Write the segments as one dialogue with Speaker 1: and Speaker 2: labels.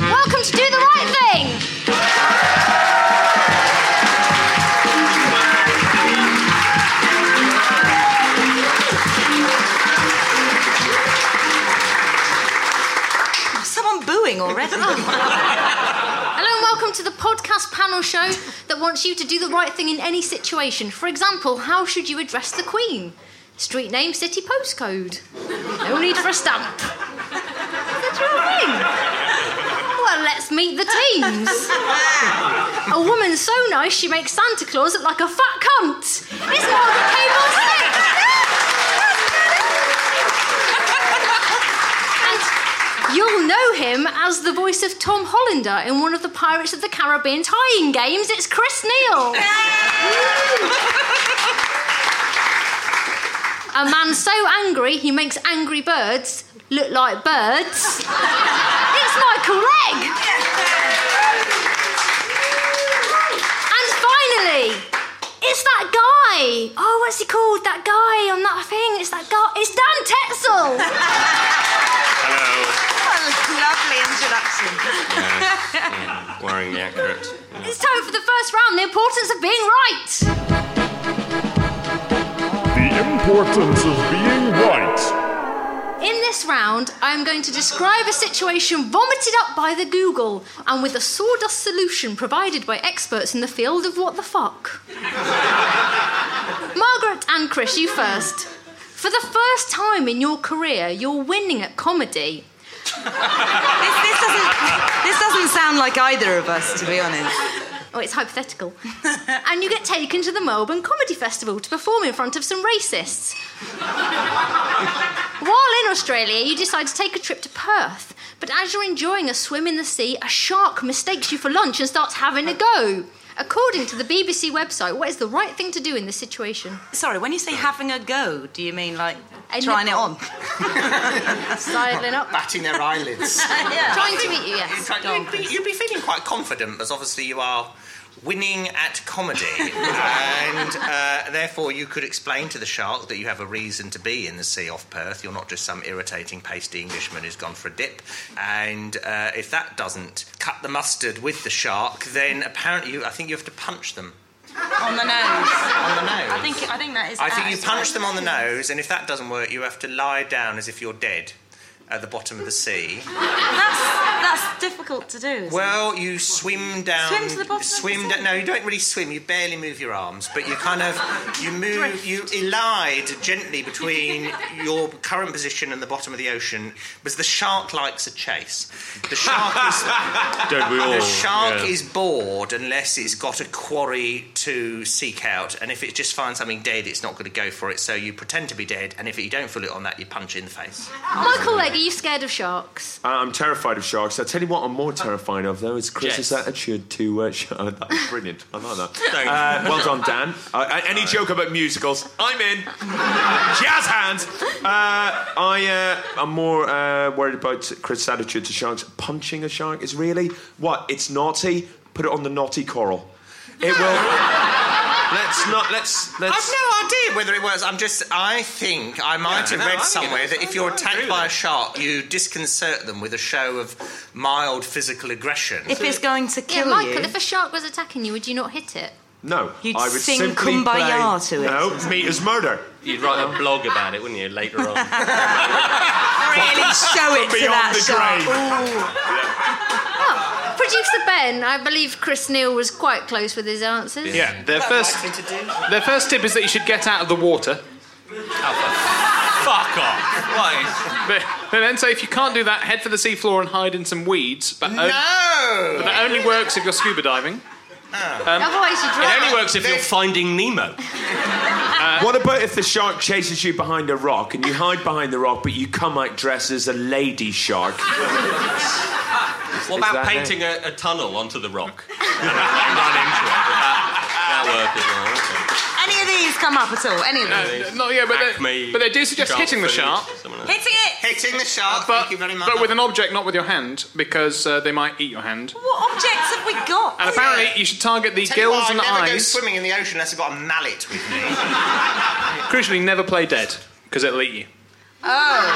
Speaker 1: Welcome to Do the Right Thing!
Speaker 2: Someone booing already.
Speaker 1: Hello and welcome to the podcast panel show that wants you to do the right thing in any situation. For example, how should you address the Queen? Street name, city, postcode. No need for a stamp. That's your thing. Well, let's meet the teams. A woman so nice she makes Santa Claus look like a fat cunt. It's more than cable And you'll know him as the voice of Tom Hollander in one of the Pirates of the Caribbean tying games. It's Chris Neal. A man so angry he makes angry birds look like birds. it's Michael Legg. and finally, it's that guy. Oh, what's he called? That guy on that thing. It's that guy. It's Dan Tetzel.
Speaker 3: Hello.
Speaker 2: Lovely introduction.
Speaker 3: Yeah, worryingly accurate. Yeah.
Speaker 1: it's time for the first round. The importance of being right.
Speaker 4: The importance of being right.
Speaker 1: In this round, I am going to describe a situation vomited up by the Google and with a sawdust solution provided by experts in the field of what the fuck. Margaret and Chris, you first. For the first time in your career, you're winning at comedy.
Speaker 2: This, this doesn't, this doesn't sound like either of us, to be honest.
Speaker 1: Oh, it's hypothetical. and you get taken to the Melbourne Comedy Festival to perform in front of some racists. While in Australia, you decide to take a trip to Perth, but as you're enjoying a swim in the sea, a shark mistakes you for lunch and starts having a go. According to the BBC website, what is the right thing to do in this situation?
Speaker 2: Sorry, when you say having a go, do you mean like
Speaker 1: A
Speaker 2: trying it
Speaker 1: nibble.
Speaker 2: on?
Speaker 1: Sidling up.
Speaker 5: batting their eyelids.
Speaker 1: Trying to meet you, yes.
Speaker 5: you'd, be, you'd be feeling quite confident, as obviously you are winning at comedy, and uh, therefore you could explain to the shark that you have a reason to be in the sea off Perth. You're not just some irritating, pasty Englishman who's gone for a dip. And uh, if that doesn't cut the mustard with the shark, then apparently you, I think you have to punch them
Speaker 2: on the nose.
Speaker 5: on the nose.
Speaker 2: I think, I think that is.
Speaker 5: I think you
Speaker 2: that.
Speaker 5: punch them on the nose, and if that doesn't work, you have to lie down as if you're dead at the bottom of the sea.
Speaker 2: That's, that's difficult to do. Isn't
Speaker 5: Well, you swim down.
Speaker 2: Swim to the bottom of the
Speaker 5: swim
Speaker 2: sea?
Speaker 5: da- no, you don't really swim. You barely move your arms, but you kind of you move. You elide gently between your current position and the bottom of the ocean, because the shark likes a chase. The shark is
Speaker 3: Don't we all?
Speaker 5: the shark
Speaker 3: Yeah.
Speaker 5: is bored unless it's got a quarry to seek out, and if it just finds something dead, it's not going to go for it. So you pretend to be dead, and if you don't feel it on that, you punch it in the face.
Speaker 1: Michael Legg, are you scared of sharks?
Speaker 6: I- I'm terrified of sharks. I tell you what, I'm more terrified of though is Chris's
Speaker 5: Yes.
Speaker 6: attitude to uh, sh- oh, That was brilliant. I like that.
Speaker 5: Thanks.
Speaker 6: Uh, well done, Dan. Uh, uh, any joke about musicals, I'm in. Jazz hands. Uh, I uh, I'm more uh, worried about Chris's attitude to sharks. Punching a shark is really what? It's naughty. Put it on the naughty coral. It will. let's not. Let's let's.
Speaker 5: I've no idea whether it was. I'm just. I think I might
Speaker 6: Yeah,
Speaker 5: have
Speaker 6: no, I
Speaker 5: read
Speaker 6: think
Speaker 5: somewhere
Speaker 6: it-
Speaker 5: that if
Speaker 6: I
Speaker 5: you're
Speaker 6: agree
Speaker 5: attacked
Speaker 6: with
Speaker 5: by a
Speaker 6: it.
Speaker 5: shark, you disconcert them with a show of mild physical aggression.
Speaker 2: If it's going to
Speaker 1: Yeah,
Speaker 2: kill
Speaker 1: Michael,
Speaker 2: you.
Speaker 1: if a shark was attacking you, would you not hit it?
Speaker 6: No,
Speaker 2: You'd
Speaker 6: I would
Speaker 2: sing
Speaker 6: simply
Speaker 2: Kumbaya
Speaker 6: play,
Speaker 2: to it.
Speaker 6: No, meat is murder.
Speaker 3: You'd write a blog about it, wouldn't you, later on?
Speaker 2: really show it to
Speaker 6: Beyond
Speaker 2: that
Speaker 6: the grave.
Speaker 2: shark.
Speaker 1: Producer Ben, I believe Chris Neal was quite close with his answers.
Speaker 7: Yeah, their first their first tip is that you should get out of the water.
Speaker 3: Fuck off.
Speaker 7: But, but then say if you can't do that, head for the seafloor and hide in some weeds. But on-
Speaker 5: no.
Speaker 7: but that only works if you're scuba diving.
Speaker 1: Otherwise, you'd
Speaker 3: It only
Speaker 1: drown.
Speaker 3: works if you're finding Nemo.
Speaker 6: What about if the shark chases you behind a rock and you hide behind the rock, but you come out dressed as a lady shark? Is
Speaker 3: What about
Speaker 6: that it?
Speaker 3: painting a, a tunnel onto the rock? and run into it? Would that, that work as well. Okay.
Speaker 2: Any of these come up at all? Any of them?
Speaker 7: Uh, no, yeah, but
Speaker 3: Acme,
Speaker 7: they, but they do suggest
Speaker 3: shark
Speaker 7: hitting the
Speaker 3: food,
Speaker 7: shark,
Speaker 3: something like that.
Speaker 2: Hitting it.
Speaker 5: Hitting the shark.
Speaker 7: but,
Speaker 5: Thank you very much.
Speaker 7: but with an object, not with your hand, because uh, they might eat your hand.
Speaker 2: What objects have we got?
Speaker 7: And apparently, you should target the
Speaker 5: Oh, Tell you
Speaker 7: gills
Speaker 5: what, I
Speaker 7: and the
Speaker 5: never go
Speaker 7: eyes.
Speaker 5: swimming in the ocean unless I've got a mallet with me.
Speaker 7: Crucially, never play dead, because it'll eat you.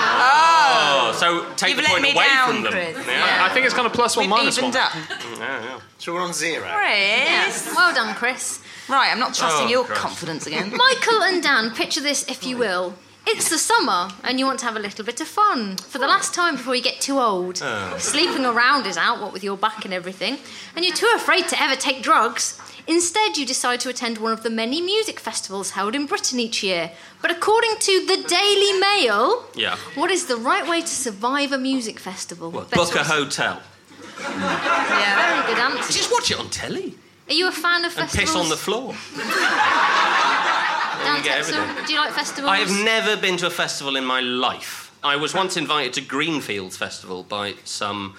Speaker 3: Oh, so take
Speaker 2: You've
Speaker 3: the
Speaker 2: let
Speaker 3: point
Speaker 2: me
Speaker 3: away
Speaker 2: down,
Speaker 3: from them.
Speaker 2: Chris.
Speaker 3: Yeah.
Speaker 7: I think it's kind of plus one,
Speaker 2: We've
Speaker 7: minus
Speaker 2: evened
Speaker 7: one.
Speaker 2: up.
Speaker 5: So we're on zero.
Speaker 2: Chris.
Speaker 1: Yeah. Well done, Chris.
Speaker 2: Right, I'm not trusting
Speaker 3: Oh,
Speaker 2: your
Speaker 3: Christ.
Speaker 2: confidence again.
Speaker 1: Michael and Dan, picture this if you will. It's the summer, and you want to have a little bit of fun for the last time before you get too old.
Speaker 3: Oh.
Speaker 1: Sleeping around is out, what with your back and everything, and you're too afraid to ever take drugs. Instead, you decide to attend one of the many music festivals held in Britain each year. But according to the Daily Mail,
Speaker 3: Yeah.
Speaker 1: what is the right way to survive a music festival?
Speaker 3: What,
Speaker 1: Better
Speaker 3: book a
Speaker 1: answer.
Speaker 3: hotel.
Speaker 1: Very good answer.
Speaker 3: Just watch it on telly
Speaker 1: Are you a fan of
Speaker 3: and
Speaker 1: festivals?
Speaker 3: piss on the floor.
Speaker 1: Dan
Speaker 3: you get
Speaker 1: Texel,
Speaker 3: everything.
Speaker 1: Do you like festivals?
Speaker 3: I have never been to a festival in my life. I was once invited to Greenfields Festival by some,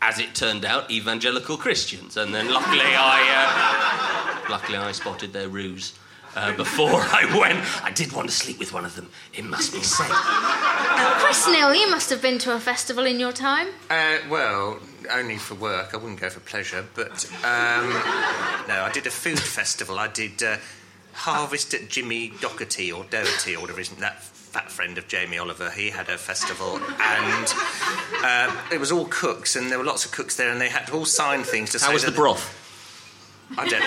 Speaker 3: as it turned out, evangelical Christians, and then luckily I, uh, luckily I spotted their ruse. Uh, before I went, I did want to sleep with one of them. It must be said.
Speaker 1: Oh, Chris Neal, you must have been to a festival in your time.
Speaker 5: Uh, well, only for work. I wouldn't go for pleasure, but um, no, I did a food festival. I did uh, Harvest at Jimmy Doherty or Doherty or whatever isn't that fat friend of Jamie Oliver. He had a festival, and uh, it was all cooks, and there were lots of cooks there, and they had to all sign things to say.
Speaker 3: How was
Speaker 5: that
Speaker 3: the broth?
Speaker 5: I don't. know.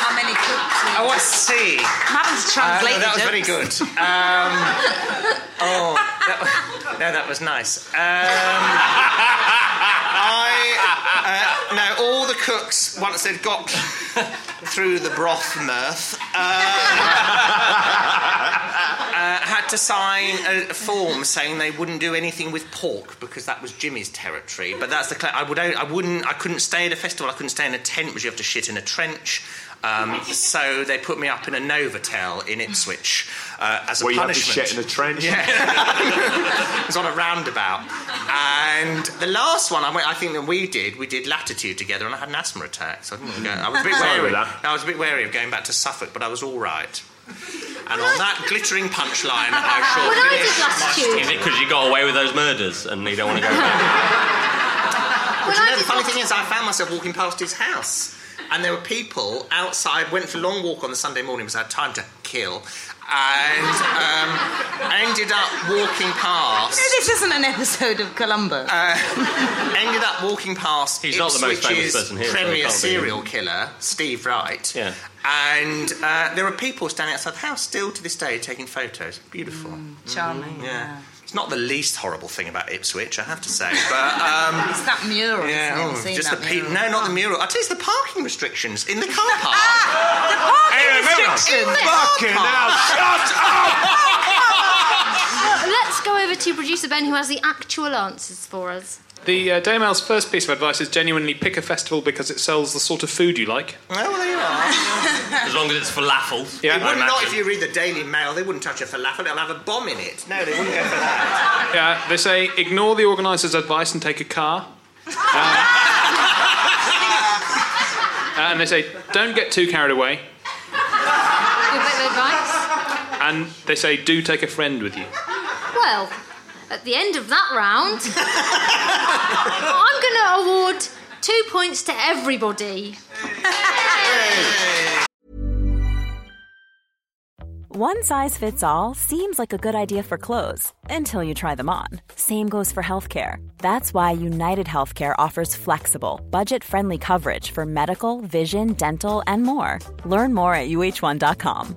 Speaker 2: How many cooks?
Speaker 5: Oh, I see.
Speaker 2: I'm having to
Speaker 5: Uh,
Speaker 2: translate
Speaker 5: no, that was
Speaker 2: the
Speaker 5: very
Speaker 2: jokes.
Speaker 5: good. Um, oh, that, wa- no, that was nice. Um, I uh, no, all the cooks once they'd got through the broth mirth, um, uh, had to sign a, a form saying they wouldn't do anything with pork because that was Jimmy's territory. But that's the cla I would I wouldn't I couldn't stay at a festival. I couldn't stay in a tent because you have to shit in a trench. Um, so they put me up in a Novotel in Ipswich uh, as a
Speaker 6: Where you have to
Speaker 5: punishment.
Speaker 6: shit in a trench.
Speaker 5: It was on a roundabout. And the last one, I, went, I think that we did, we did Latitude together, and I had an asthma attack. So I, didn't go. I was a bit
Speaker 6: Sorry
Speaker 5: wary.
Speaker 6: about
Speaker 5: I was a bit wary of going back to Suffolk, but I was all right. And on that glittering punchline, I shall
Speaker 1: When I did
Speaker 5: finish my
Speaker 1: Latitude-
Speaker 5: story.
Speaker 3: Is it because you got away with those murders and you don't want to go back?
Speaker 1: When I
Speaker 5: No, the
Speaker 1: did
Speaker 5: funny thing is, I found myself walking past his house, and there were people outside. Went for a long walk on the Sunday morning because I had time to kill, and um, ended up walking past.
Speaker 2: No, this isn't an episode of Columbo.
Speaker 5: Uh, ended up walking past
Speaker 3: He's not the most famous
Speaker 5: Ipswich's
Speaker 3: person here, so he
Speaker 5: premier
Speaker 3: can't be.
Speaker 5: serial killer, Steve Wright.
Speaker 3: Yeah.
Speaker 5: And uh, there are people standing outside the house still to this day taking photos. Beautiful.
Speaker 2: Mm. Charming.
Speaker 5: Yeah. It's not the least horrible thing about Ipswich, I have to say. But um,
Speaker 2: It's that mural. isn't it?
Speaker 5: yeah,
Speaker 2: I've
Speaker 5: oh,
Speaker 2: seen
Speaker 5: just the
Speaker 2: that
Speaker 5: people.
Speaker 2: mural.
Speaker 5: No, not the mural. I tell you, it's the parking restrictions in the car park.
Speaker 2: Ah, the parking
Speaker 6: Hey, remember-
Speaker 2: restrictions.
Speaker 6: Fucking hell, shut up!
Speaker 1: Well, let's go over to producer Ben, who has the actual answers for us.
Speaker 7: The uh, Daily Mail's first piece of advice is genuinely pick a festival because it sells the sort of food you like.
Speaker 5: Oh, well, there you are.
Speaker 3: As long as it's falafel.
Speaker 7: Yeah.
Speaker 5: It would
Speaker 3: I
Speaker 5: not
Speaker 3: imagine.
Speaker 5: if you read the Daily Mail. They wouldn't touch a falafel. It'll have a bomb in it. No, they wouldn't go for that.
Speaker 7: Yeah, they say ignore the organiser's advice and take a car. Um, Uh, and they say don't get too carried away.
Speaker 1: Good bit of advice.
Speaker 7: And they say do take a friend with you.
Speaker 1: Well, at the end of that round, I'm going to award two points to everybody.
Speaker 8: One size fits all seems like a good idea for clothes until you try them on. Same goes for healthcare. That's why United Healthcare offers flexible, budget friendly coverage for medical, vision, dental, and more. Learn more at uh1.com.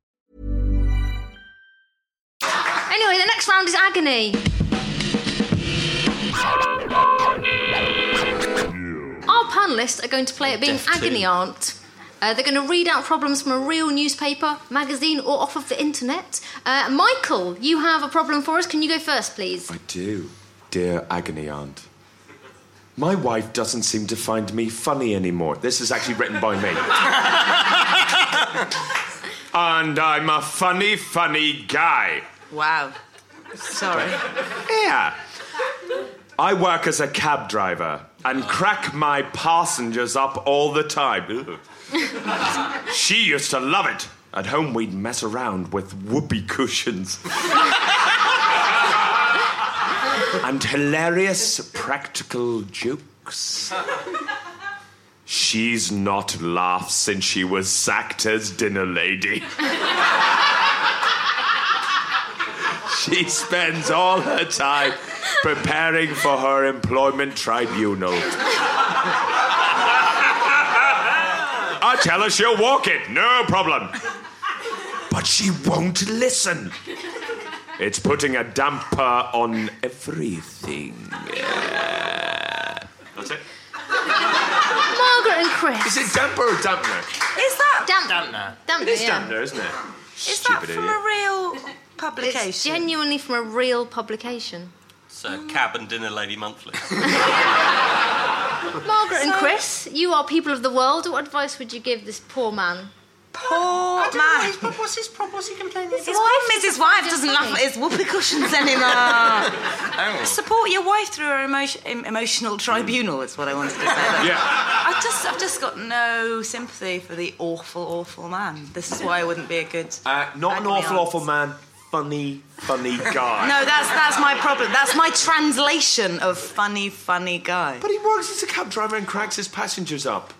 Speaker 1: Anyway, the next round is agony. Our panelists are going to play at being
Speaker 9: Deft
Speaker 1: agony
Speaker 9: tune.
Speaker 1: aunt. Uh, they're going to read out problems from a real newspaper, magazine, or off of the internet. Uh, Michael, you have a problem for us. Can you go first, please?
Speaker 6: I do, dear agony aunt. My wife doesn't seem to find me funny anymore. This is actually written by me. and I'm a funny, funny guy.
Speaker 2: Wow. Sorry.
Speaker 6: Yeah. I work as a cab driver and crack my passengers up all the time. Ugh. she used to love it. At home, we'd mess around with whoopee cushions. and hilarious practical jokes. She's not laughed since she was sacked as dinner lady. She spends all her time preparing for her employment tribunal. I tell her she'll walk it, no problem. But she won't listen. It's putting a damper on everything. That's it.
Speaker 1: Margaret and Chris.
Speaker 6: Is it damper or dampener?
Speaker 2: Is that
Speaker 1: damn damn damn
Speaker 6: It is dampener, isn't it?
Speaker 2: Is that from
Speaker 6: idiot.
Speaker 2: a real publication?
Speaker 1: It's genuinely from a real publication.
Speaker 3: So, Cab and Dinner Lady Monthly.
Speaker 1: Margaret and Chris, you are people of the world. What advice would you give this poor man?
Speaker 2: Poor man.
Speaker 5: But what's his problem? What's he complaining
Speaker 2: His problem is his wife doesn't laugh at his whoopee cushions anymore.
Speaker 5: Oh.
Speaker 2: Support your wife through her emotion, em- emotional tribunal is what I wanted to say. there.
Speaker 6: Yeah.
Speaker 2: I've just, I've just got no sympathy for the awful, awful man. This is why I wouldn't be a good.
Speaker 6: Uh, not an awful, awful man. Funny, funny guy.
Speaker 2: No, that's that's my problem. That's my translation of funny, funny guy.
Speaker 6: But he works as a cab driver and cracks his passengers up.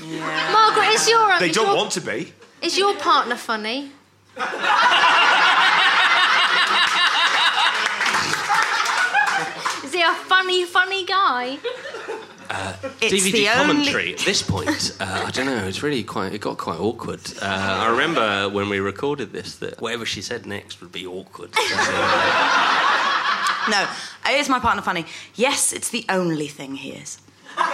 Speaker 1: Margaret, is your um,
Speaker 6: They
Speaker 1: is
Speaker 6: don't
Speaker 1: your,
Speaker 6: want to be.
Speaker 1: is your partner funny? is he a funny, funny guy?
Speaker 3: Uh,
Speaker 1: It's
Speaker 3: DVD
Speaker 1: the only-
Speaker 3: commentary at this point. Uh, I don't know. It's really quite. It got quite awkward. Uh, I remember when we recorded this that whatever she said next would be awkward. Uh,
Speaker 2: No, is my partner funny? Yes, it's the only thing he is.
Speaker 5: That's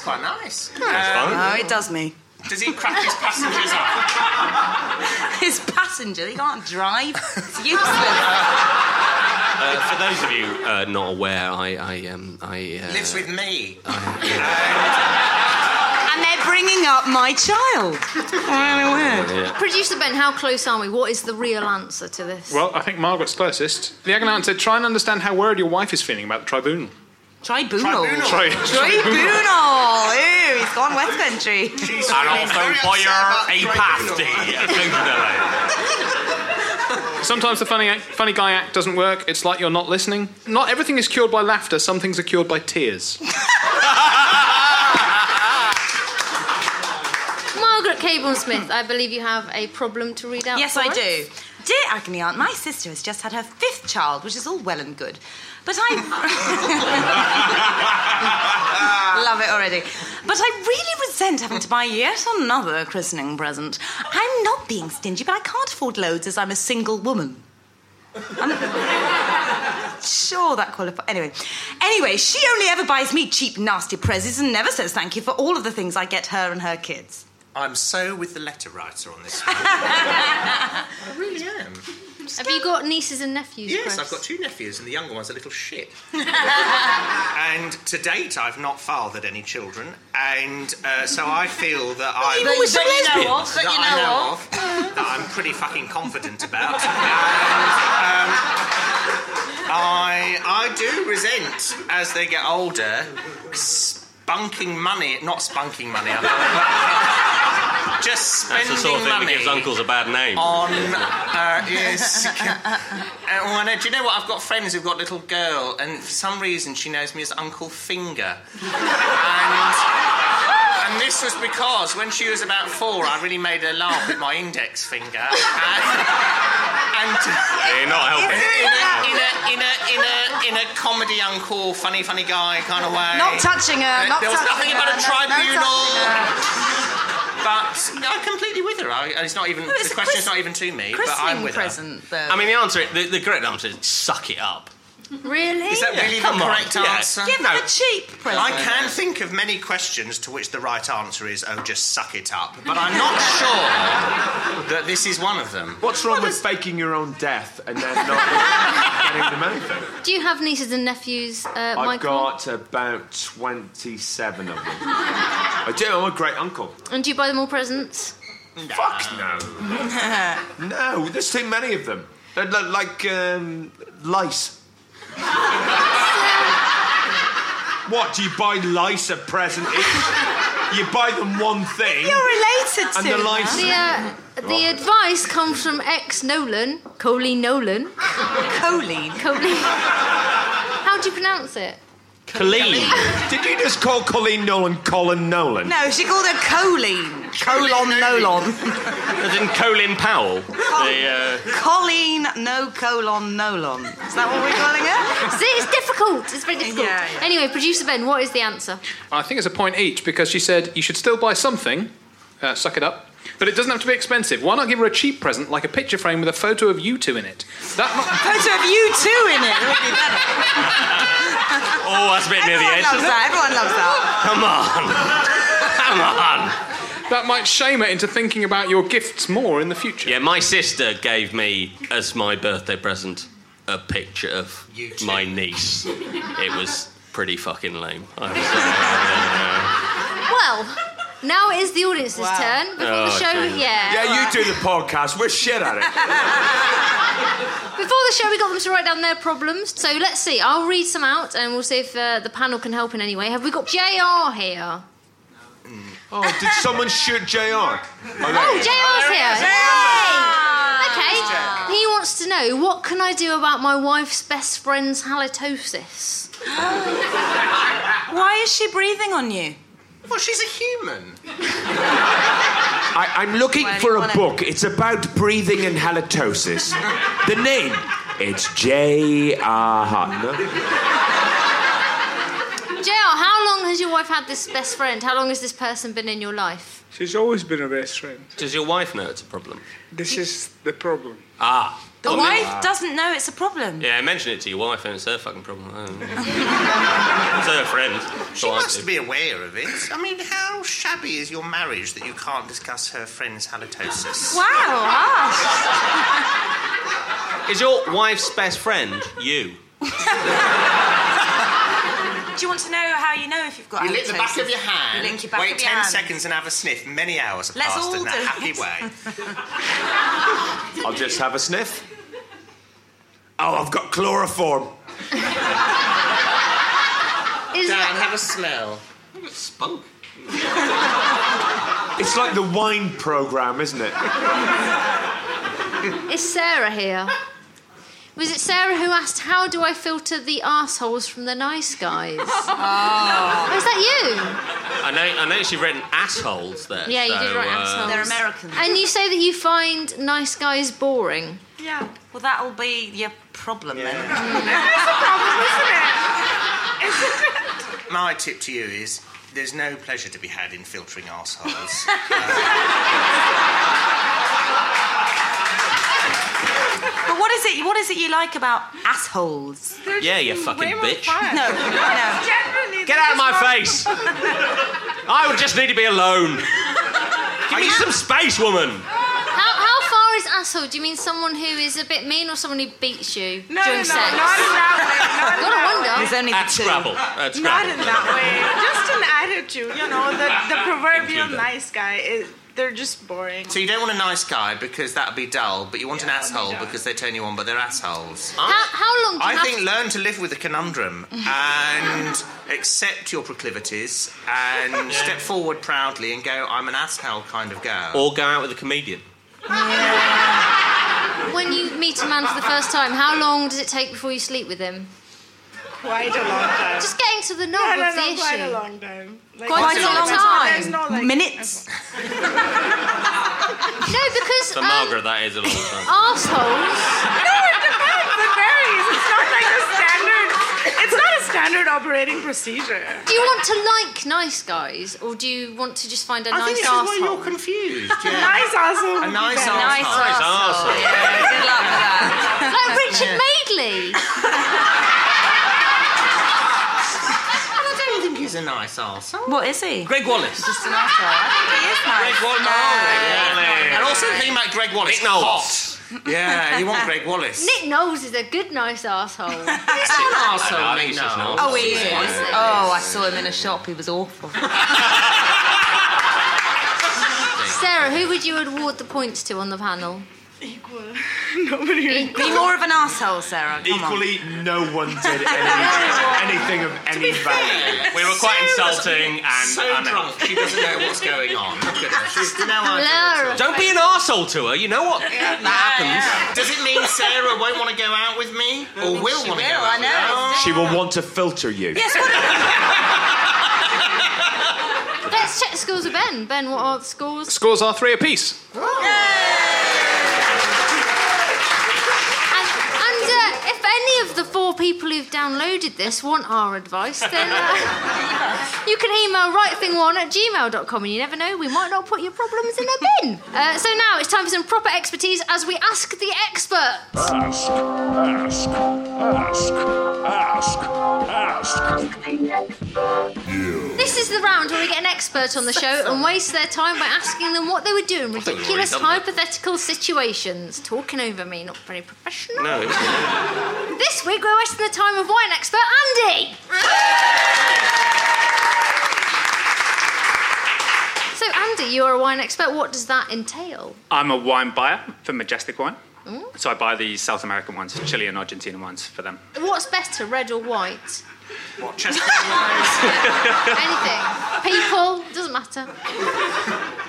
Speaker 5: quite nice.
Speaker 2: no, Oh, it does me.
Speaker 5: Does he crack his passengers up?
Speaker 2: His passenger, he can't drive. It's useless.
Speaker 3: Uh, for those of you uh, not aware, I, I, um, I uh,
Speaker 5: Lives with me.
Speaker 2: and they're bringing up my child. Really weird.
Speaker 1: Producer Ben, how close are we? What is the real answer to this?
Speaker 7: Well, I think Margaret's closest. The Agonant said, try and understand how worried your wife is feeling about the tribunal.
Speaker 2: Tribunal.
Speaker 7: Tri-
Speaker 2: Tribunal. Ew, he's gone West Country.
Speaker 7: Sometimes the funny, act, funny guy act doesn't work. It's like you're not listening. Not everything is cured by laughter. Some things are cured by tears.
Speaker 1: Margaret Cable Smith, I believe you have a problem to read out.
Speaker 2: Yes,
Speaker 1: for
Speaker 2: I
Speaker 1: us.
Speaker 2: do. Dear Agony Aunt, my sister has just had her fifth child, which is all well and good. But I. Love it already. But I really resent having to buy yet another christening present. I'm not being stingy, but I can't afford loads as I'm a single woman. I'm sure that qualifies. Anyway. Anyway, she only ever buys me cheap, nasty presents and never says thank you for all of the things I get her and her kids.
Speaker 5: I'm so with the letter writer on this. I really am.
Speaker 1: Have you got nieces and nephews?
Speaker 5: Yes,
Speaker 1: Chris?
Speaker 5: I've got two nephews, and the younger one's a little shit. and to date, I've not fathered any children, and uh, so I feel that I
Speaker 9: even with some That you know lesbians? of,
Speaker 5: that
Speaker 9: that you
Speaker 5: I
Speaker 9: know
Speaker 5: know
Speaker 9: of.
Speaker 5: of, that I'm pretty fucking confident about. and, um, I I do resent as they get older, spunking money, not spunking money, I know, but just spending
Speaker 3: that's the sort of thing
Speaker 5: money Oh.
Speaker 3: that gives uncles a bad name.
Speaker 5: on uh, yes. Uh, well, no, do you know what? I've got friends who've got little girl, and for some reason she knows me as Uncle Finger. and, and And this was because when she was about four, I really made her laugh with my index finger. And, and
Speaker 3: You're not helping.
Speaker 5: In a, in a in a in a in a comedy uncle, funny funny guy kind of way.
Speaker 9: Not touching her,
Speaker 5: Uh,
Speaker 9: not
Speaker 5: there was
Speaker 9: touching her,
Speaker 5: nothing about a
Speaker 9: no- no
Speaker 5: tribunal.
Speaker 9: touching
Speaker 5: but I'm completely with her. I, it's not even
Speaker 2: No, it's
Speaker 5: the
Speaker 2: a
Speaker 5: question's
Speaker 2: Chris-
Speaker 5: not even to me. But I'm
Speaker 2: Christening
Speaker 5: with Um,
Speaker 2: present, though.
Speaker 3: I mean, the answer, the, the correct answer is suck it up.
Speaker 1: Really?
Speaker 5: Is that really
Speaker 3: Come
Speaker 5: the
Speaker 3: on,
Speaker 5: correct
Speaker 3: yeah.
Speaker 5: answer?
Speaker 3: Give them a No.
Speaker 2: cheap present.
Speaker 5: I can think of many questions to which the right answer is, oh, just suck it up. But I'm not sure that this is one of them.
Speaker 6: What's wrong with faking your own death and then not getting them anything?
Speaker 1: Do you have nieces and nephews, uh,
Speaker 6: I've
Speaker 1: Michael?
Speaker 6: got about 27 of them. I do, I'm a great uncle.
Speaker 1: And do you buy them all presents?
Speaker 6: Fuck no. no, there's too many of them. They're li- like um, lice. what, do you buy lice a present? Each? you buy them one thing.
Speaker 9: related
Speaker 6: And the lice.
Speaker 1: The, uh, the advice comes from ex Nolan, Colleen Nolan.
Speaker 2: Colleen.
Speaker 1: Colleen. How do you pronounce it?
Speaker 3: Colleen.
Speaker 6: Did you just call Colleen Nolan Colin Nolan?
Speaker 9: No, she called her Colleen. Colon, Nolon.
Speaker 3: As in Colin Powell. The, uh,
Speaker 9: Colleen, no colon, Nolon. Is that what we're calling her?
Speaker 1: See, it's difficult. It's very difficult.
Speaker 9: Yeah, yeah.
Speaker 1: Anyway, producer Ben, what is the answer?
Speaker 7: I think it's a point each because she said you should still buy something, uh, suck it up, but it doesn't have to be expensive. Why not give her a cheap present like a picture frame with a photo of you two in it? That might.
Speaker 9: Photo of you two in it. would be better.
Speaker 3: oh, that's a bit near the
Speaker 9: Everyone
Speaker 3: edge.
Speaker 9: loves that. Everyone
Speaker 3: Come
Speaker 9: loves that.
Speaker 3: on. Come on.
Speaker 7: That might shame her into thinking about your gifts more in the future.
Speaker 3: Yeah, my sister gave me as my birthday present a picture of
Speaker 5: You too.
Speaker 3: my niece. It was pretty fucking lame. I was-
Speaker 1: Well, now it is the audience's
Speaker 9: Wow.
Speaker 1: turn before the
Speaker 3: Oh,
Speaker 1: show.
Speaker 3: dear.
Speaker 1: Yeah.
Speaker 6: Yeah, you do the podcast. We're shit at it.
Speaker 1: Before the show, we got them to write down their problems. So let's see. I'll read some out, and we'll see if uh, the panel can help in any way. Have we got Jr. here?
Speaker 6: Oh, did someone shoot JR? Oh,
Speaker 1: Oh,
Speaker 6: no.
Speaker 1: JR's here.
Speaker 9: JR.
Speaker 1: Yay! Okay. He wants to know what can I do about my wife's best friend's halitosis?
Speaker 2: Why is she breathing on you?
Speaker 5: Well, she's a human.
Speaker 6: I, I'm looking
Speaker 9: Well,
Speaker 6: for
Speaker 9: you
Speaker 6: a
Speaker 9: wanna-
Speaker 6: book. It's about breathing and halitosis. the name. It's J. R. Hutton.
Speaker 1: JR, how long has your wife had this best friend? How long has this person been in your life?
Speaker 10: She's always been a best friend.
Speaker 3: Does your wife know it's a problem?
Speaker 10: This is the problem.
Speaker 3: Ah.
Speaker 2: The
Speaker 5: Oh,
Speaker 3: Well,
Speaker 2: wife
Speaker 3: men-
Speaker 2: doesn't know it's a problem.
Speaker 3: yeah, mention it to your wife and it's her fucking problem. I don't know. it's her friend.
Speaker 5: She
Speaker 3: So I
Speaker 5: must
Speaker 3: do.
Speaker 5: be aware of it. I mean, how shabby is your marriage that you can't discuss her friend's halitosis?
Speaker 2: Wow, harsh.
Speaker 3: Is your wife's best friend you?
Speaker 2: Do you want to know how you know if you've got
Speaker 5: You lick the back
Speaker 2: halitosis?
Speaker 5: of your hand.
Speaker 2: You lick your back
Speaker 5: wait
Speaker 2: of your
Speaker 5: ten
Speaker 2: hand.
Speaker 5: seconds and have a sniff. Many hours have
Speaker 2: Let's
Speaker 5: passed
Speaker 2: all
Speaker 5: in
Speaker 2: do
Speaker 5: that happy
Speaker 2: it.
Speaker 5: way.
Speaker 6: I'll just have a sniff. Oh, I've got chloroform.
Speaker 1: Is
Speaker 5: Dan, have a smell.
Speaker 3: Spunk.
Speaker 6: It's like the wine program, isn't it?
Speaker 1: is Sarah here? Was it Sarah who asked, How do I filter the arseholes from the nice guys? oh. Is that
Speaker 3: I know. I know she's written assholes there.
Speaker 1: you? Yeah, you did
Speaker 3: so,
Speaker 1: write
Speaker 3: uh,
Speaker 1: assholes.
Speaker 2: They're Americans.
Speaker 1: And you say that you find nice guys boring.
Speaker 2: Yeah. Well, that'll be your problem then.
Speaker 5: My tip to you is there's no pleasure to be had in filtering arseholes.
Speaker 2: But what is it? What is it you like about assholes?
Speaker 3: Yeah, you fucking bitch.
Speaker 2: No, no.
Speaker 3: Get out of my face! I would just need to be alone. Give me some space, woman.
Speaker 1: How, how far is asshole? Do you mean someone who is a bit mean or someone who beats you during sex? Gotta
Speaker 9: There's
Speaker 1: wonder.
Speaker 9: only
Speaker 3: At
Speaker 9: the two.
Speaker 3: Scrabble. At Scrabble.
Speaker 10: that way. Just an attitude, you know. The, the proverbial
Speaker 3: Included.
Speaker 10: nice guy. Is, they're just boring.
Speaker 5: so you don't want a nice guy because that'd be dull, but you want an asshole because they turn you on by their assholes.
Speaker 1: How, how long do you
Speaker 5: I
Speaker 1: have
Speaker 5: think learn to live with the conundrum and accept your proclivities and step forward proudly and go, I'm an asshole kind of girl.
Speaker 3: Or go out with a comedian.
Speaker 1: When you meet a man for the first time, how long does it take before you sleep with him?
Speaker 10: quite a long time.
Speaker 1: Just getting to the nub
Speaker 10: no, no,
Speaker 1: of the
Speaker 10: no,
Speaker 1: issue.
Speaker 10: quite a long time.
Speaker 1: Quite a long time.
Speaker 10: There's no like
Speaker 2: Minutes.
Speaker 1: no, because
Speaker 3: For
Speaker 1: um,
Speaker 3: Margaret, that is a long time.
Speaker 1: arseholes.
Speaker 10: no, it depends. It varies. It's not like a standard. It's not a standard operating procedure.
Speaker 1: Do you want to like nice guys, or do you want to just find a
Speaker 10: I think
Speaker 1: nice
Speaker 10: this is
Speaker 1: arsehole?
Speaker 10: why you're
Speaker 5: confused.
Speaker 10: yeah. Nice arsehole would be
Speaker 5: A nice
Speaker 10: better.
Speaker 5: arsehole.
Speaker 10: Nice
Speaker 5: Nice
Speaker 3: Oh,
Speaker 10: arsehole.
Speaker 5: arsehole.
Speaker 10: Yeah, good luck with that.
Speaker 1: like Richard Madeley.
Speaker 5: I don't think he's a nice arsehole.
Speaker 2: What is he?
Speaker 3: Greg Wallace.
Speaker 2: Just an asshole. I think he is nice.
Speaker 5: Greg Wallace. And also the thing about Greg Wallace. Nick Knowles. Yeah, you want Greg Wallace.
Speaker 1: Nick Knowles is a good nice arsehole. he's not
Speaker 5: an arsehole, Nick Knowles.
Speaker 9: Oh, he is.
Speaker 1: Yeah.
Speaker 9: Oh, I saw him in a shop. He was awful.
Speaker 1: Sarah, who would you award the points to on the panel?
Speaker 10: Equal. Nobody
Speaker 9: Be more of an asshole, Sarah. Come on.
Speaker 11: Equally, no one did any, anything of any value.
Speaker 3: We were quite insulting and
Speaker 5: so drunk she doesn't know what's going on. Look at her. She's no idea.
Speaker 1: Lara.
Speaker 3: Don't be an arsehole to her. You know what? that happens.
Speaker 5: Does it mean Sarah won't want to go out with me, or will want
Speaker 9: will,
Speaker 5: to go
Speaker 9: I
Speaker 5: out? with me?
Speaker 9: know.
Speaker 11: She will want to filter you.
Speaker 9: Yes, what
Speaker 1: Let's check the scores with Ben. Ben, what are the scores?
Speaker 7: Scores are three apiece.
Speaker 1: And, and uh, if any of the four people who've downloaded this want our advice, then uh, you can email rightthing1 at gmail.com and you never know, we might not put your problems in a bin. Uh, so now it's time for some proper expertise as we ask the expert.
Speaker 4: Ask, ask, ask, ask, ask. You.
Speaker 1: This is the round where we get an expert on the show and waste their time by asking them what they would do in
Speaker 3: thought we'd already
Speaker 1: ridiculous
Speaker 3: done that.
Speaker 1: hypothetical situations. Talking over me, not very professional.
Speaker 3: No. it's-
Speaker 1: This week we're wasting the time of wine expert Andy. so Andy, you're a wine expert. What does that entail?
Speaker 12: I'm a wine buyer for Majestic Wine. So I buy the South American ones, Chile and Argentina ones for them.
Speaker 1: What's better, red or white?
Speaker 5: What, Chester?
Speaker 1: Anything. People, doesn't matter.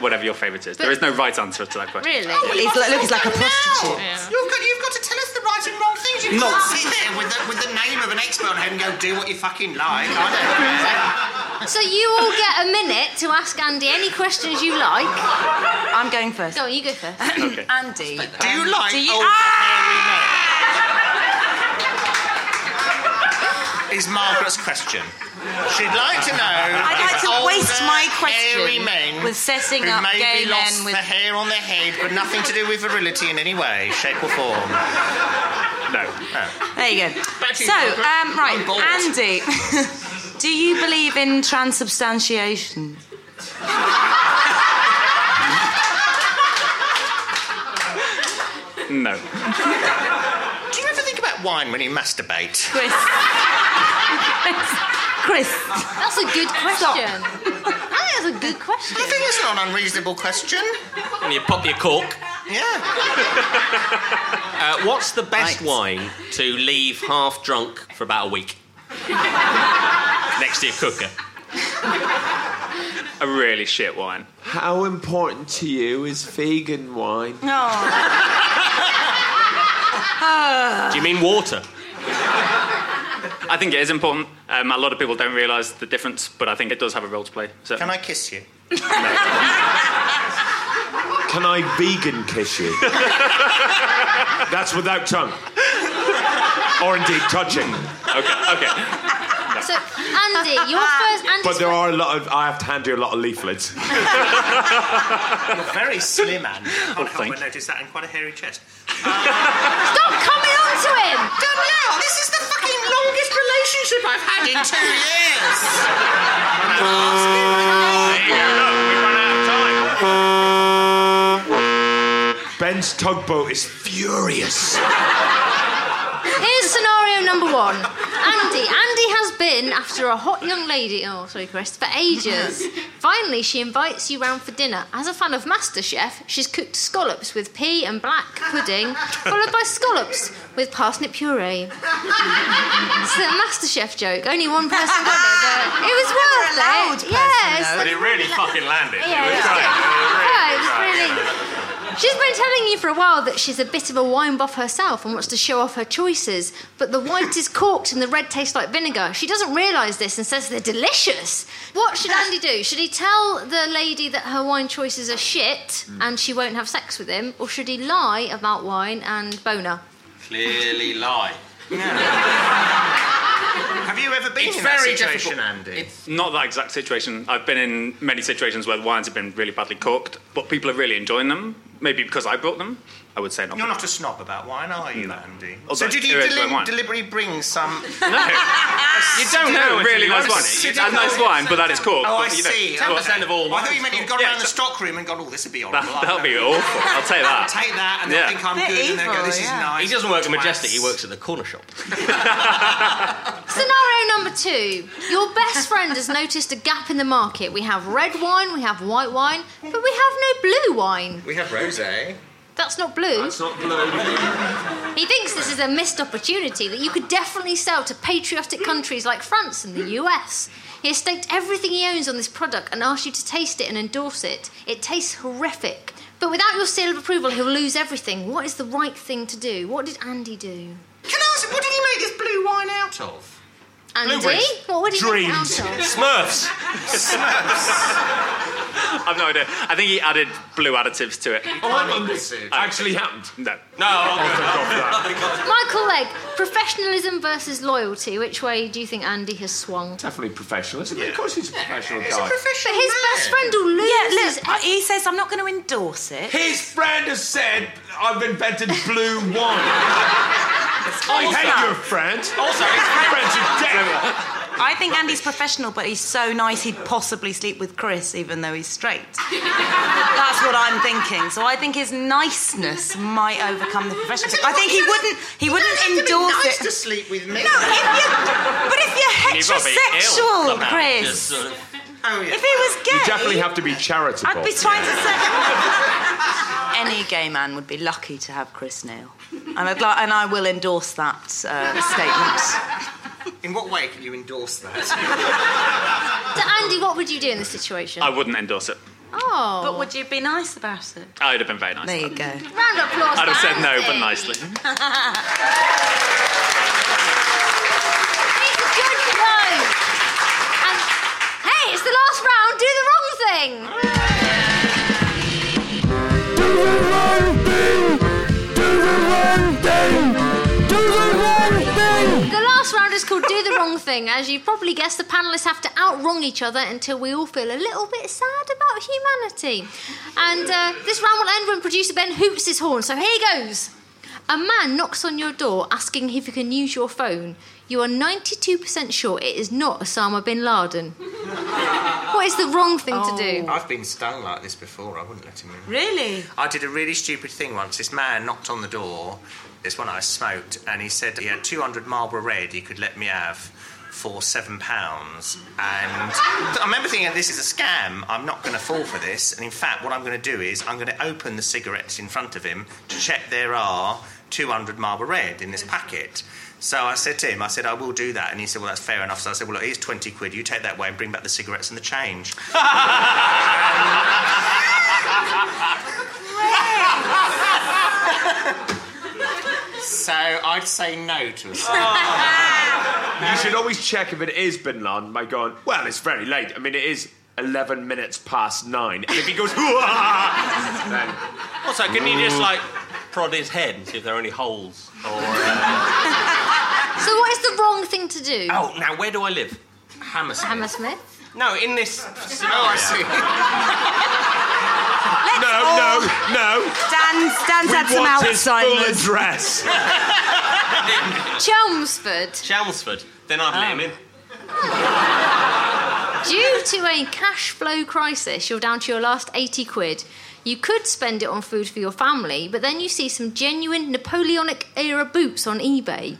Speaker 12: Whatever your favourite is. There is no right answer to that question.
Speaker 1: Really?
Speaker 5: Oh,
Speaker 9: He's like- look, he's like a prostitute.
Speaker 5: You've got, you've got to tell us the right and wrong things. You
Speaker 9: Not-
Speaker 5: can't sit there with the, with the name of an expert on head and go, do what you fucking like. I don't care.
Speaker 1: Oh, So you all get a minute to ask Andy any questions you like.
Speaker 9: I'm going first.
Speaker 1: Go on, you go first.
Speaker 12: Okay.
Speaker 9: Andy.
Speaker 5: Do you
Speaker 9: um,
Speaker 5: like
Speaker 9: do you-
Speaker 5: older, hairy men? Is Margaret's question. She'd like to know.
Speaker 9: I'd like
Speaker 5: if
Speaker 9: to
Speaker 5: older,
Speaker 9: waste my
Speaker 5: Hairy
Speaker 9: question
Speaker 5: men
Speaker 9: with setting
Speaker 5: who
Speaker 9: up
Speaker 5: maybe
Speaker 9: gay
Speaker 5: lost
Speaker 9: men with-
Speaker 5: the hair on their head, but nothing to do with virility in any way, shape, or form.
Speaker 12: No.
Speaker 9: There you go.
Speaker 5: Back to you,
Speaker 9: So,
Speaker 5: Margaret.
Speaker 9: um, right,
Speaker 5: I'm bored.
Speaker 9: Andy, do you believe in transubstantiation?
Speaker 12: No.
Speaker 5: Do you ever think about wine when you masturbate?
Speaker 9: Chris. Chris.
Speaker 1: That's a good question. I think that's a good question.
Speaker 5: I think that's not an unreasonable question.
Speaker 3: And you pop your cork.
Speaker 5: Yeah.
Speaker 3: Uh, what's the best wine to leave half drunk for about a week? Next to your cooker.
Speaker 12: A really shit wine.
Speaker 6: How important to you is vegan wine?
Speaker 9: No.
Speaker 3: Do you mean water?
Speaker 12: I think it is important. Um, a lot of people don't realise the difference, but I think it does have a role to play. So
Speaker 5: Can I kiss you?
Speaker 11: Can I vegan kiss you? That's without tongue. Or indeed touching.
Speaker 12: Okay, okay.
Speaker 1: So Andy, your first Andy's
Speaker 11: But there are a lot of. I have to hand you a lot of leaflets.
Speaker 5: You're very slim, Anne.
Speaker 12: Oh,
Speaker 5: Can't help
Speaker 12: thank
Speaker 5: but notice that, and quite a hairy chest.
Speaker 1: Stop coming on to him!
Speaker 5: Danielle, this is the fucking longest relationship I've had in two years.
Speaker 11: Ben's tugboat is furious.
Speaker 1: Here's scenario number one. Andy. Andy has been after a hot young lady, oh, sorry, Chris, for ages. Finally, she invites you round for dinner. As a fan of MasterChef, she's cooked scallops with pea and black pudding, followed by scallops with parsnip puree. it's a MasterChef joke. Only one person got it, but it was worth
Speaker 9: allowed person,
Speaker 1: it. Yes.
Speaker 9: though.
Speaker 1: But
Speaker 12: it really fucking landed.
Speaker 1: Yeah, it was good. Yeah, it was really. She's been telling you for a while that she's a bit of a wine buff herself and wants to show off her choices, but the white is corked and the red tastes like vinegar. She doesn't realise this and says they're delicious. What should Andy do? Should he tell the lady that her wine choices are shit and she won't have sex with him, or should he lie about wine and boner?
Speaker 5: Clearly lie. Have you ever been
Speaker 12: It's
Speaker 5: in that
Speaker 12: very
Speaker 5: situation,
Speaker 12: difficult.
Speaker 5: Andy?
Speaker 12: Not that exact situation. I've been in many situations where the wines have been really badly cooked, but people are really enjoying them. Maybe because I brought them. I would say not.
Speaker 5: You're not a snob about wine, are you, Andy?
Speaker 12: Although
Speaker 5: so did you
Speaker 12: it is
Speaker 5: deli-
Speaker 12: my wine.
Speaker 5: deliberately bring some?
Speaker 12: No.
Speaker 5: you
Speaker 12: don't know really nice wine. It's a nice wine, but that is cooked.
Speaker 5: Oh, I
Speaker 12: But, you know,
Speaker 5: see.
Speaker 12: 10% of all
Speaker 5: I thought
Speaker 12: wine
Speaker 5: you
Speaker 12: is
Speaker 5: meant you'd
Speaker 12: cooked.
Speaker 5: gone
Speaker 12: Yeah,
Speaker 5: around the
Speaker 12: it's-
Speaker 5: stock room and gone, oh, this would be horrible.
Speaker 12: That, that'll be awful. I'll take that.
Speaker 5: Take that, and they'll
Speaker 12: Yeah.
Speaker 5: think I'm good, and they'll go, this is nice.
Speaker 3: He doesn't work at
Speaker 5: Twats.
Speaker 3: Majestic, he works at the corner shop.
Speaker 1: Scenario number two Your best friend has noticed a gap in the market. We have red wine, we have white wine, but we have no blue wine.
Speaker 5: We have rosé.
Speaker 1: That's not blue.
Speaker 5: That's not blue.
Speaker 1: He thinks this is a missed opportunity that you could definitely sell to patriotic countries like France and the US. He has staked everything he owns on this product and asked you to taste it and endorse it. It tastes horrific. But without your seal of approval, he'll lose everything. What is the right thing to do? What did Andy do?
Speaker 5: Can I ask, what did he make this blue wine out of?
Speaker 1: Andy?
Speaker 5: Blueberries.
Speaker 1: What would he
Speaker 12: Dreams.
Speaker 1: make it out of?
Speaker 12: Smurfs.
Speaker 5: Smurfs.
Speaker 12: I've no idea. I think he added blue additives to it.
Speaker 1: Oh, I remember
Speaker 12: this actually happened. No. No.
Speaker 1: Michael Legg, professionalism versus loyalty. Which way do you think Andy has swung?
Speaker 6: Definitely professionalism. Of course, he's a professional guy.
Speaker 1: But his best friend will lose.
Speaker 2: Yeah, look, I- he says I'm not going to endorse it.
Speaker 6: His friend has said, I've invented blue wine.
Speaker 9: Oh,
Speaker 6: I hate your friend. Also,
Speaker 2: I think Andy's professional, but he's so nice he'd possibly sleep with Chris, even though he's straight. That's what I'm thinking. So I think his niceness might overcome the professionalism. I think he wouldn't. He wouldn't endorse
Speaker 5: nice
Speaker 2: it.
Speaker 5: to sleep with me.
Speaker 2: No, if you, but if you're
Speaker 5: And you've got to be ill
Speaker 2: heterosexual,
Speaker 5: somehow,
Speaker 2: Chris,
Speaker 5: just
Speaker 3: uh,
Speaker 5: sort of-
Speaker 2: if he was gay,
Speaker 6: You definitely have to be charitable.
Speaker 2: I'd be trying to say any gay man would be lucky to have Chris Neal, and I'd like, and I will endorse that uh, statement.
Speaker 5: In what way can you endorse that?
Speaker 1: So Andy, what would you do in this situation?
Speaker 12: I wouldn't endorse it.
Speaker 1: Oh.
Speaker 2: But would you be nice about it?
Speaker 12: I would have been very nice.
Speaker 2: There you go.
Speaker 1: Round of applause.
Speaker 12: I'd have
Speaker 1: for
Speaker 12: said no, but
Speaker 1: Andy.
Speaker 12: nicely.
Speaker 1: He's a good bloke. And hey, it's the last round. Do the wrong thing.
Speaker 4: Do the wrong thing! Do the wrong thing! Do the wrong thing!
Speaker 1: The last round is called Do the Wrong Thing. As you probably guessed, the panelists have to outwrong each other until we all feel a little bit sad about humanity. And uh, this round will end when producer Ben hoots his horn. So here goes. A man knocks on your door asking if you can use your phone. You are 92% sure it is not Osama bin Laden. what is the wrong thing to do?
Speaker 5: I've been stung like this before. I wouldn't let him in.
Speaker 2: Really?
Speaker 5: I did a really stupid thing once. This man knocked on the door, this one I smoked, and he said he had 200 Marlboro Red he could let me have for seven pounds. And I remember thinking, this is a scam. I'm not going to fall for this. And in fact, what I'm going to do is I'm going to open the cigarettes in front of him to check there are 200 Marlboro Red in this packet. So I said to him, I said, I will do that. And he said, Well, that's fair enough. So I said, Well, look, here's 20 quid. You take that away and bring back the cigarettes and the change. So I'd say no to a
Speaker 6: You should always check if it is Bin Laden by going, well, it's very late. I mean, it is 11 minutes past nine. And if he goes, "Wah!" then
Speaker 3: Also, can you just like prod his head and see if there are any holes? Or,
Speaker 1: So what is the wrong thing to do?
Speaker 3: Oh, now where do I live?
Speaker 5: Hammersmith.
Speaker 1: Hammersmith.
Speaker 5: No, in this. Oh, I see.
Speaker 6: no, no, no.
Speaker 2: Dan's, Dan's
Speaker 6: we
Speaker 2: had some
Speaker 6: want his full
Speaker 2: Alzheimer's.
Speaker 6: address.
Speaker 1: Chelmsford.
Speaker 3: Chelmsford. Then I'd let him in.
Speaker 1: Due to a cash flow crisis, you're down to your last 80 quid. You could spend it on food for your family, but then you see some genuine Napoleonic era boots on eBay.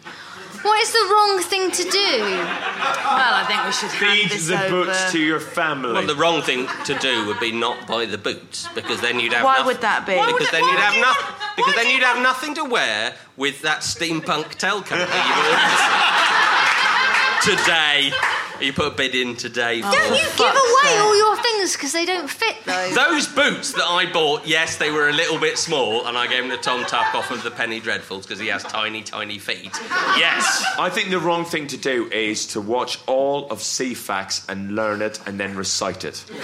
Speaker 1: What is the wrong thing to do? Well,
Speaker 2: I think we should
Speaker 6: Feed the books to your family.
Speaker 3: Well, the wrong thing to do would be not buy the boots because then you'd have.
Speaker 2: Why
Speaker 3: noth-
Speaker 2: would that be? Why would
Speaker 3: Because
Speaker 2: it-
Speaker 3: then
Speaker 2: why
Speaker 3: you'd
Speaker 2: would
Speaker 3: have
Speaker 2: you-
Speaker 3: nothing. Because then you'd have nothing to wear with that steampunk tail coat that you've ordered today. You put a bid in today.
Speaker 2: Oh,
Speaker 3: for-
Speaker 1: Don't you give away all your things because they don't fit, though.
Speaker 3: Those boots that I bought, yes, they were a little bit small, and I gave them to Tom Tarkoff of the Penny Dreadfuls because he has tiny, tiny feet. Yes.
Speaker 6: I think the wrong thing to do is to watch all of CFAX and learn it and then recite it.
Speaker 2: And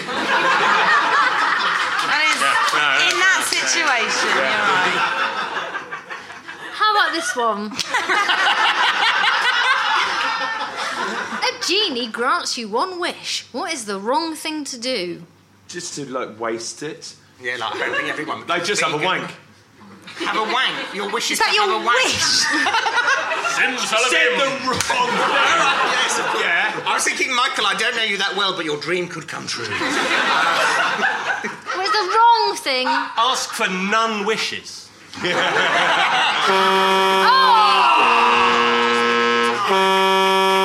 Speaker 2: it's, in that situation, you're right.
Speaker 1: How about this one? a genie grants you one wish. What is the wrong thing to do?
Speaker 6: Just to like waste it.
Speaker 5: Yeah, like hoping everyone.
Speaker 6: Like just have a wank.
Speaker 5: Have a wank. Your wish
Speaker 2: Is
Speaker 5: is,
Speaker 2: that
Speaker 5: to
Speaker 2: your
Speaker 5: have a wank.
Speaker 6: Said the wrong
Speaker 5: yes, yeah. I was thinking, Michael, I don't know you that well, but your dream could come true.
Speaker 1: What is the wrong thing?
Speaker 3: Ask for none wishes.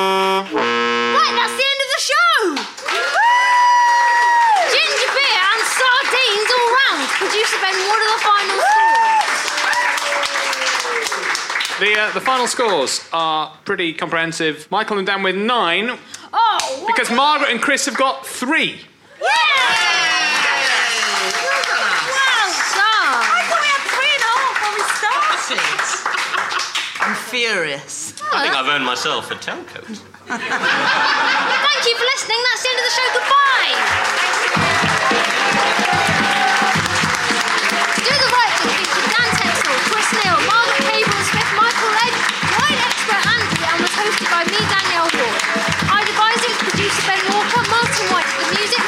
Speaker 1: Right, that's the end of the show! Ginger beer and sardines all round. Producer Ben, what are the final scores?
Speaker 7: The, uh, the final scores are pretty comprehensive. Michael and Dan with nine,
Speaker 1: Oh, what
Speaker 7: because Margaret and Chris have got three.
Speaker 1: Well
Speaker 2: I thought we had three and a half when we started. I'm furious.
Speaker 3: I think I've earned myself a tailcoat.
Speaker 1: done. Thank you for listening. That's the end of the show. Goodbye. Do the right thing featured Dan Texel, Chris Neal, Margaret Cable, Smith, Michael Legg, Ryan Expert, and the and was hosted by me, Danielle Ward. I devised it was producer Ben Walker, Martin White for the music,